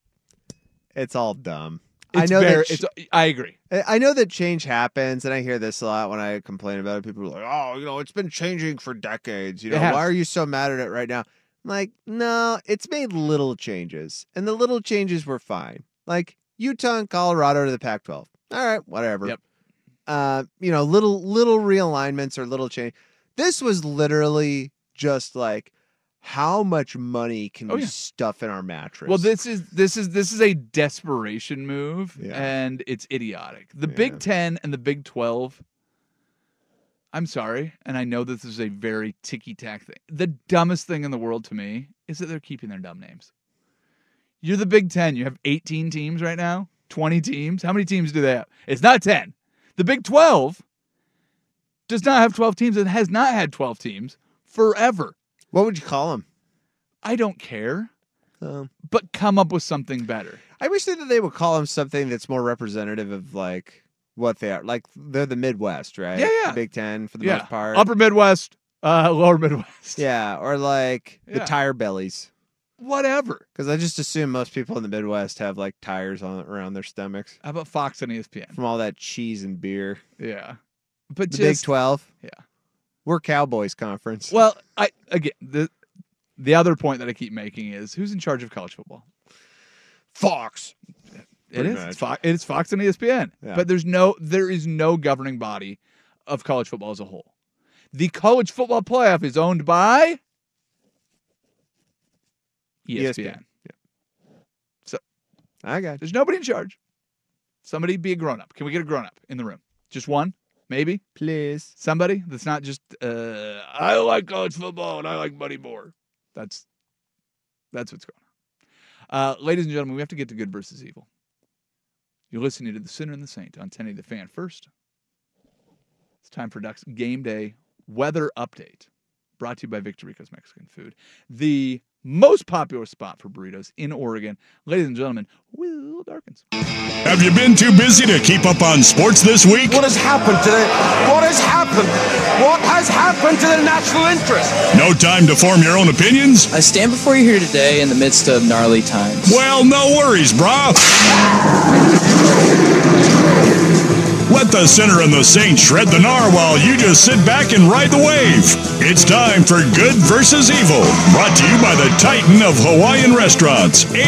it's all dumb. I It's know very, that sh- it's, I agree. I I know that change happens, and I hear this a lot when I complain about it. People are like, "Oh, you know, it's been changing for decades. You It know, has. why are you so mad at it right now?" I'm like, "No, it's made little changes, and the little changes were fine. Like Utah and Colorado to the Pac-12. All right, whatever. Yep. Uh, you know, little little realignments or little change. This was literally just like, how much money can Oh, we yeah. stuff in our mattress? Well, this is this is this is a desperation move, Yeah. and it's idiotic. The Yeah. Big Ten and the Big Twelve. I'm sorry, and I know this is a very ticky tack thing. The dumbest thing in the world to me is that they're keeping their dumb names. You're the Big Ten. You have 18 teams right now, 20 teams. How many teams do they have? It's not 10. The Big 12 does not have 12 teams and has not had 12 teams forever. what would you call them? I don't care, Um, but come up with something better. I wish that they would call them something that's more representative of like what they are. Like they're the Midwest, right? Yeah, yeah. The Big Ten for the yeah. most part. Upper Midwest, uh, lower Midwest. yeah, or like the Yeah. tire bellies. Whatever. Because I just assume most people in the Midwest have like tires on around their stomachs How about Fox and E ESPN? from all that cheese and beer. Yeah. But The Big just Twelve. yeah. We're Cowboys conference. well, I again the the other point that I keep making is who's in charge of college football? Fox. It Pretty is. much. It's Fox, it's Fox and E ESPN. Yeah. But there's no there is no governing body of college football as a whole. The college football playoff is owned by E ESPN. ESPN. I got you. There's nobody in charge. Somebody be a grown up. Can we get a grown up in the room? Just one, maybe? Please. somebody that's not just uh, I like college football and I like Buddy Moore. That's that's what's going on. Uh, ladies and gentlemen, we have to get to good versus evil. You're listening to the sinner and the saint on 1080 The Fan first. It's time for Ducks game day weather update, brought to you by Victorico's Mexican Food, the most popular spot for burritos in Oregon. Ladies and gentlemen, Will Darkins. Have you been too busy to keep up on sports this week? What has happened to the what has happened? What has happened to the national interest? No time to form your own opinions? I stand before you here today in the midst of gnarly times. Well, no worries, brah. Let the sinner and the saint shred the gnar while you just sit back and ride the wave. It's time for Good versus Evil, brought to you by the Titan of Hawaiian Restaurants, 808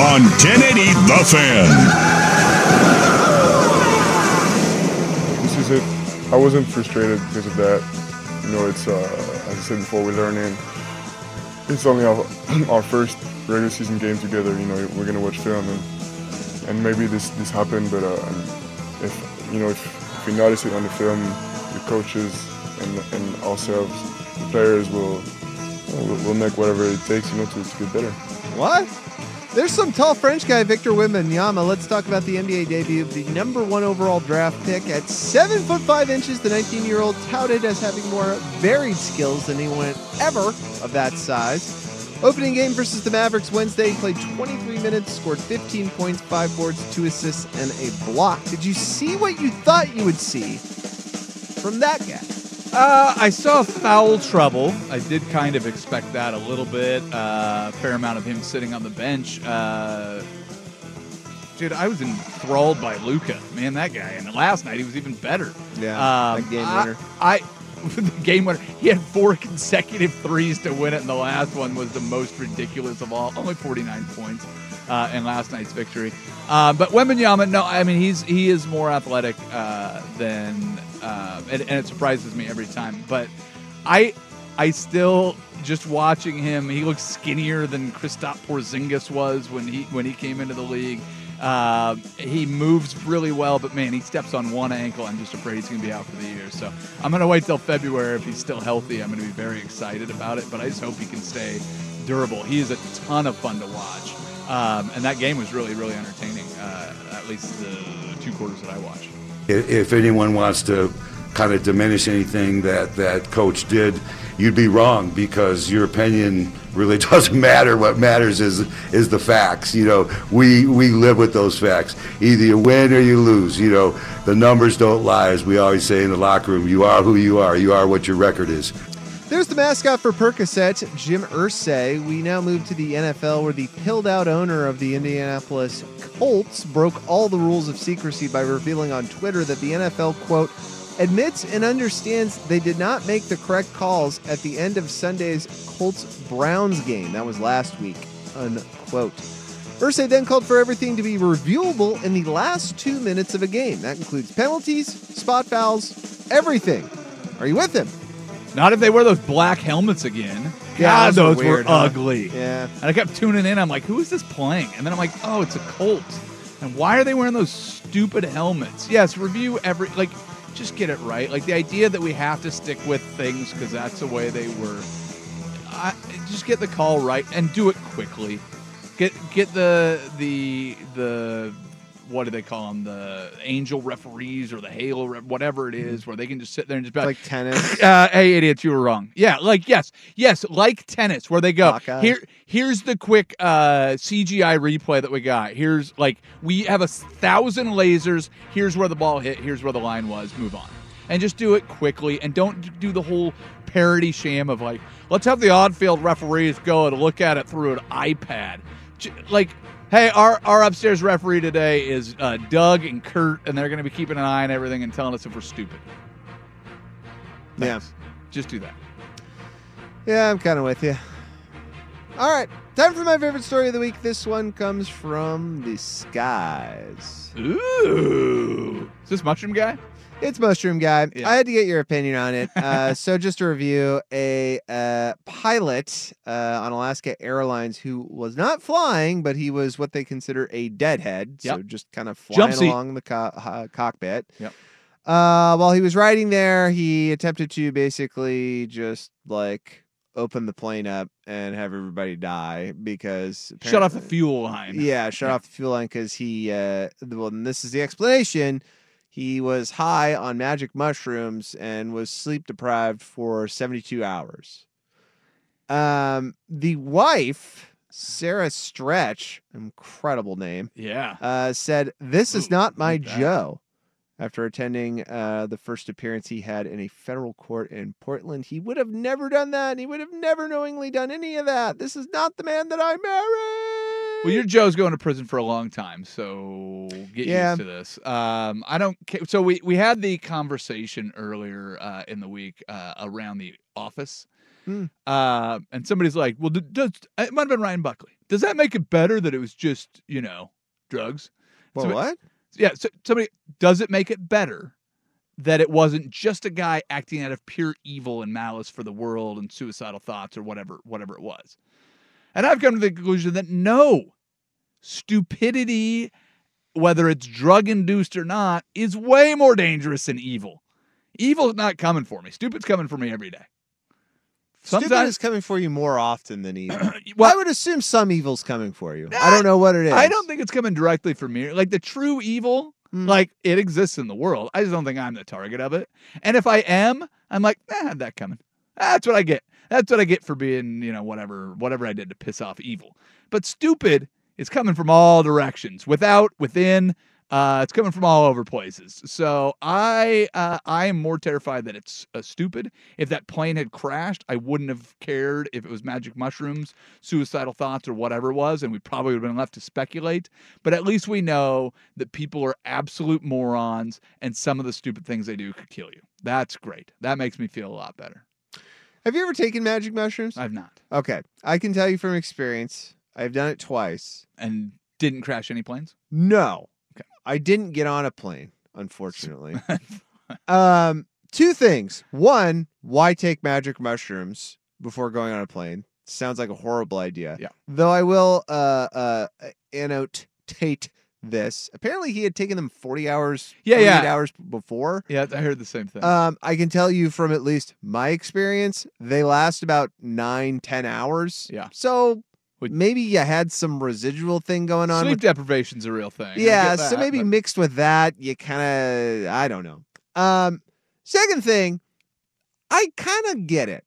on 1080 The Fan. this is it. I wasn't frustrated because of that. You know, it's uh, as I said before, we're learning. It's only our, <clears throat> our first regular season game together. You know, we're gonna watch film and and maybe this this happened, but uh, and if you know if, if we notice it on the film, the coaches and and ourselves, the players will will, will make whatever it takes, you know, to, to get better. What? There's some tall French guy, Victor Wembanyama. Let's talk about the NBA debut of the number one overall draft pick at seven foot five inches. The 19 year old touted as having more varied skills than anyone ever of that size. Opening game versus the Mavericks Wednesday, he played 23 minutes, scored 15 points, five boards, two assists, and a block. Did you see what you thought you would see from that guy? Uh, I saw foul trouble. I did kind of expect that a little bit. Uh, fair amount of him sitting on the bench. Uh, dude, I was enthralled by Luca. Man, that guy. And last night he was even better. Yeah, Um, that game I- winner. I, <laughs> the game winner. He had four consecutive threes to win it, and the last one was the most ridiculous of all. Only 49 points uh, in last night's victory. Uh, but Wembanyama, no, I mean he's he is more athletic uh, than, uh, and, and it surprises me every time. But I, I still just watching him. He looks skinnier than Kristaps Porzingis was when he when he came into the league. Uh, he moves really well, but man, he steps on one ankle. I'm just afraid he's going to be out for the year. So I'm going to wait till February if he's still healthy. I'm going to be very excited about it, but I just hope he can stay durable. He is a ton of fun to watch, um, and that game was really, really entertaining. Uh, at least the two quarters that I watched. If, if anyone wants to kind of diminish anything that that coach did, you'd be wrong because your opinion really <laughs> doesn't matter. What matters is is the facts. You know, we we live with those facts. Either you win or you lose. You know, the numbers don't lie, as we always say in the locker room. You are who you are. You are what your record is. There's the mascot for Percocet, Jim Ursay. We now move to the NFL, where the pilled out owner of the Indianapolis Colts broke all the rules of secrecy by revealing on Twitter that the NFL, quote, admits and understands they did not make the correct calls at the end of Sunday's Colts Browns game. That was last week, unquote. Ursay then called for everything to be reviewable in the last two minutes of a game. That includes penalties, spot fouls, everything. Are you with him? Not if they wear those black helmets again. Yeah, God, those are those weird, were huh? ugly. Yeah. And I kept tuning in. I'm like, who is this playing? And then I'm like, oh, it's a Colt. And why are they wearing those stupid helmets? Yes, review every like, just get it right. Like the idea that we have to stick with things because that's the way they were. I, just get the call right and do it quickly. Get get the the the what do they call them? The angel referees or the halo, ref, whatever it is, where they can just sit there and just be like, Like tennis. <laughs> uh, hey idiots you were wrong yeah like yes yes like tennis where they go Hawkeye. here here's the quick uh cgi replay that we got here's like we have a thousand lasers here's where the ball hit here's where the line was move on and just do it quickly and don't do the whole parody sham of like let's have the odd field referees go and look at it through an ipad J- like Hey, our, our upstairs referee today is uh, Doug and Kurt, and they're going to be keeping an eye on everything and telling us if we're stupid. Yeah. Just do that. Yeah, I'm kind of with you. All right. Time for my favorite story of the week. This one comes from the skies. Ooh. Is this Mushroom Guy? It's Mushroom Guy. Yeah. I had to get your opinion on it. <laughs> Uh, so, just to review, a uh, pilot uh, on Alaska Airlines who was not flying, but he was what they consider a deadhead. So, Yep. just kind of Jump flying seat. along the co- uh, cockpit. Yep. Uh, while he was riding there, he attempted to basically just like open the plane up and have everybody die because Shut off the apparently- fuel line. yeah, shut off the fuel line because he. Uh, well, and this is the explanation. He was high on magic mushrooms and was sleep deprived for 72 hours. Um, the wife, Sarah Stretch, incredible name, Yeah. uh, said, "This is Ooh, not my like that. Joe." After attending uh, the first appearance he had in a federal court in Portland, he would have never done that. He would have never knowingly done any of that. This is not the man that I married. Well, your Joe's going to prison for a long time, so get Yeah. used to this. Um, I don't. Ca- so we we had the conversation earlier uh, in the week uh, around the office, Hmm. uh, and somebody's like, "Well, d- does it might have been Ryan Buckley? Does that make it better that it was just you know drugs?" Well, So- what? Yeah, so somebody does it make it better that it wasn't just a guy acting out of pure evil and malice for the world and suicidal thoughts or whatever whatever it was. And I've come to the conclusion that no stupidity whether it's drug induced or not is way more dangerous than evil. Evil's not coming for me. Stupid's coming for me every day. Stupid Sometimes is coming for you more often than evil. <clears throat> Well- I would assume some evil's coming for you. I don't know what it is. I don't think it's coming directly from me. Like the true evil, Mm. like it exists in the world. I just don't think I'm the target of it. And if I am, I'm like, nah, I had that coming. That's what I get. That's what I get for being, you know, whatever, whatever I did to piss off evil. But stupid is coming from all directions, without, within. Uh, it's coming from all over places. So I, uh, I am more terrified that it's uh, stupid. If that plane had crashed, I wouldn't have cared if it was magic mushrooms, suicidal thoughts, or whatever it was, and we probably would have been left to speculate. But at least we know that people are absolute morons, and some of the stupid things they do could kill you. That's great. That makes me feel a lot better. Have you ever taken magic mushrooms? I've not, Okay, I can tell you from experience. I've done it twice. and didn't crash any planes. No, Okay. I didn't get on a plane, <laughs> unfortunately. um, two things. One, why take magic mushrooms before going on a plane? Sounds like a horrible idea. Yeah. Though I will uh uh annotate this. Apparently, he had taken them forty hours. Yeah, 48 yeah. Hours before. Yeah, I heard the same thing. Um, I can tell you from at least my experience, they last about nine, ten hours. Yeah. So Would- maybe you had some residual thing going on. Sleep with- deprivation's a real thing. I yeah. get so that, maybe but- mixed with that, you kind of, I don't know. Um, second thing, I kind of get it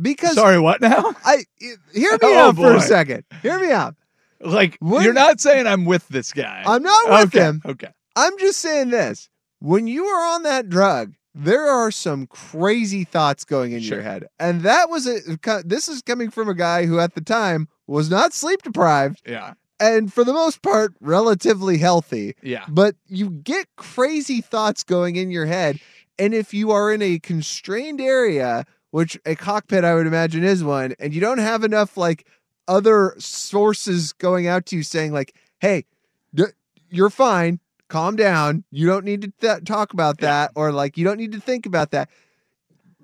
because sorry, what now? <laughs> I it- <laughs> hear me Oh, out for boy. a second. Hear me out. like When- you're not saying I'm with this guy. I'm not with okay. him. Okay. I'm just saying this. When you are on that drug, there are some crazy thoughts going in your head. And that was a co- this is coming from a guy who at the time was not sleep deprived Yeah. and for the most part relatively healthy. Yeah. But you get crazy thoughts going in your head and if you are in a constrained area, which a cockpit I would imagine is one, and you don't have enough like other sources going out to you saying like, "Hey, d- you're fine. Calm down. You don't need to th- talk about that or like you don't need to think about that."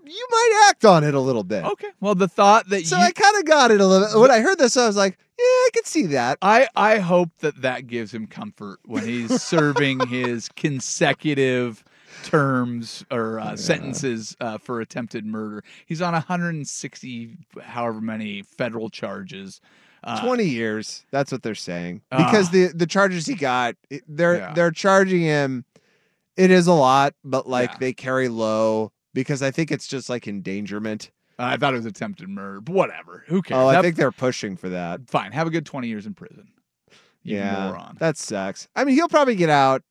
You might act on it a little bit. Okay. Well, the thought that So Oh, you, I kind of got it a little. When I heard this, I was like, "Yeah, I can see that." I I hope that that gives him comfort when <laughs> he's serving his consecutive terms or uh, sentences uh, for attempted murder. He's on 160, however many federal charges. Uh, 20 years. That's what they're saying. Ah. Because the the charges he got, it- they're Yeah. they're charging him it is a lot, but like Yeah. they carry low because I think it's just like endangerment. I thought it was attempted murder, but whatever. Who cares? Oh, I That- think they're pushing for that. fine. Have a good 20 years in prison. You yeah. moron. That sucks. I mean, he'll probably get out.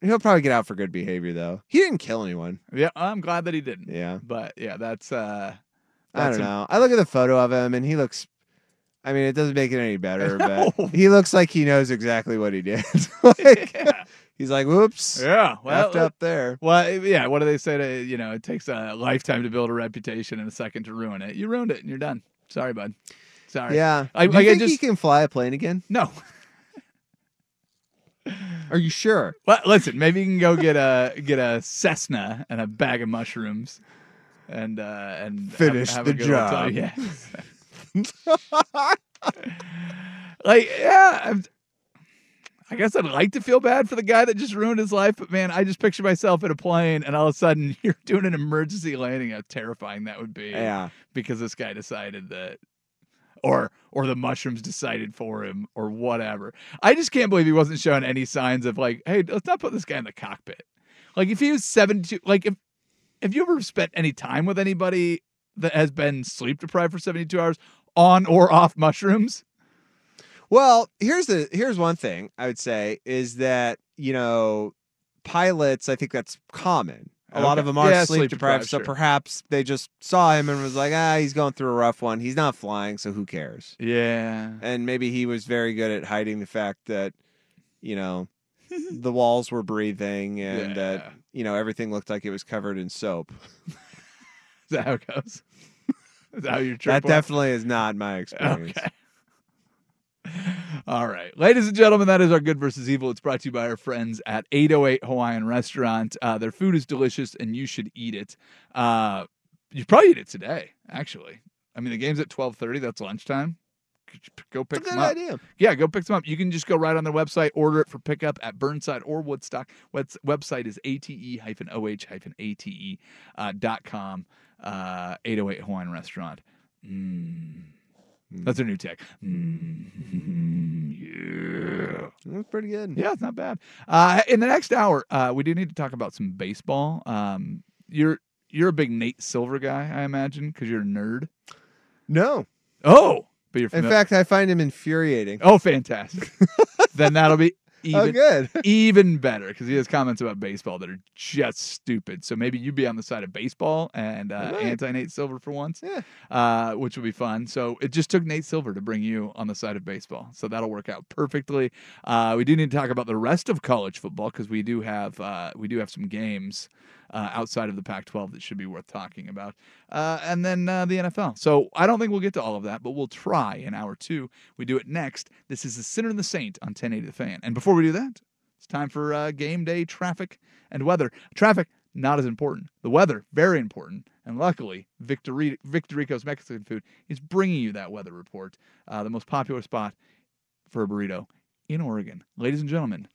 He'll probably get out for good behavior though. He didn't kill anyone. Yeah, I'm glad that he didn't. Yeah. But yeah, that's uh I that's don't a- know. I look at the photo of him and he looks I mean, it doesn't make it any better, <laughs> No. but he looks like he knows exactly what he did. <laughs> like, <laughs> yeah. He's like, "Whoops." yeah. Left Well, up there. Well, yeah. What do they say to you know? It takes a lifetime to build a reputation and a second to ruin it. You ruined it, and you're done. Sorry, bud. Sorry. Yeah. I- Do like, you I think just- he can fly a plane again? No. <laughs> Are you sure? Well, listen. Maybe you can go get a get a Cessna and a bag of mushrooms, and uh, and have- Finish have the a good old time. job. Yeah. like yeah. I'm, I guess I'd like to feel bad for the guy that just ruined his life, but man, I just picture myself in a plane, and all of a sudden <laughs> you're doing an emergency landing. How terrifying that would be! because this guy decided that or or the mushrooms decided for him or whatever. I just can't believe he wasn't showing any signs of like, hey, let's not put this guy in the cockpit. Like if he was 72 like if if you ever spent any time with anybody that has been sleep deprived for 72 hours on or off mushrooms, Well, here's the here's one thing I would say is that, you know, pilots, I think that's common. A lot Oh, Okay. of them are Yeah, sleep, sleep deprived, deprived, so sure. perhaps they just saw him and was like, "Ah, he's going through a rough one. He's not flying, so who cares?" yeah. And maybe he was very good at hiding the fact that, <laughs> you know, the walls were breathing Yeah. and that, you know, everything looked like it was covered in soap. <laughs> Is that how it goes? <laughs> Is that how your trip That went? definitely is not my experience. <laughs> Okay. All right. Ladies and gentlemen, that is our Good versus Evil. It's brought to you by our friends at 808 Hawaiian Restaurant. Uh, their food is delicious and you should eat it. Uh, you probably eat it today, actually. I mean, the game's at 1230. That's lunchtime. Go pick It's a some good up. idea. Yeah, go pick some up. You can just go right on their website, order it for pickup at Burnside or Woodstock. Webs- Website is E ate-oh-ate.com. Uh, dot com. uh, 808 Hawaiian Restaurant. Mm. That's their new tech. Mm, yeah. That's pretty good. Yeah, it's not bad. Uh, in the next hour, uh, we do need to talk about some baseball. Um, you're you're a big Nate Silver guy, I imagine, because you're a nerd. No. Oh, but you're In familiar. fact, I find him infuriating. oh, fantastic. then that'll be even Oh, good. even better because he has comments about baseball that are just stupid. So maybe you'd be on the side of baseball and uh, might. anti Nate Silver for once, Yeah. uh, which would be fun. So it just took Nate Silver to bring you on the side of baseball. So that'll work out perfectly. Uh, we do need to talk about the rest of college football because we do have uh, we do have some games. Uh, outside of the Pac 12, that should be worth talking about. Uh, and then uh, the NFL. So I don't think we'll get to all of that, but we'll try in hour two. We do it next. This is The Sinner and the Saint on 1080 The Fan. And before we do that, it's time for uh, game day traffic and weather. Traffic not as important. The weather very important. And luckily, Victori- Victorico's Mexican Food is bringing you that weather report. Uh, the most popular spot for a burrito in Oregon, ladies and gentlemen,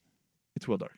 it's Will Darkins.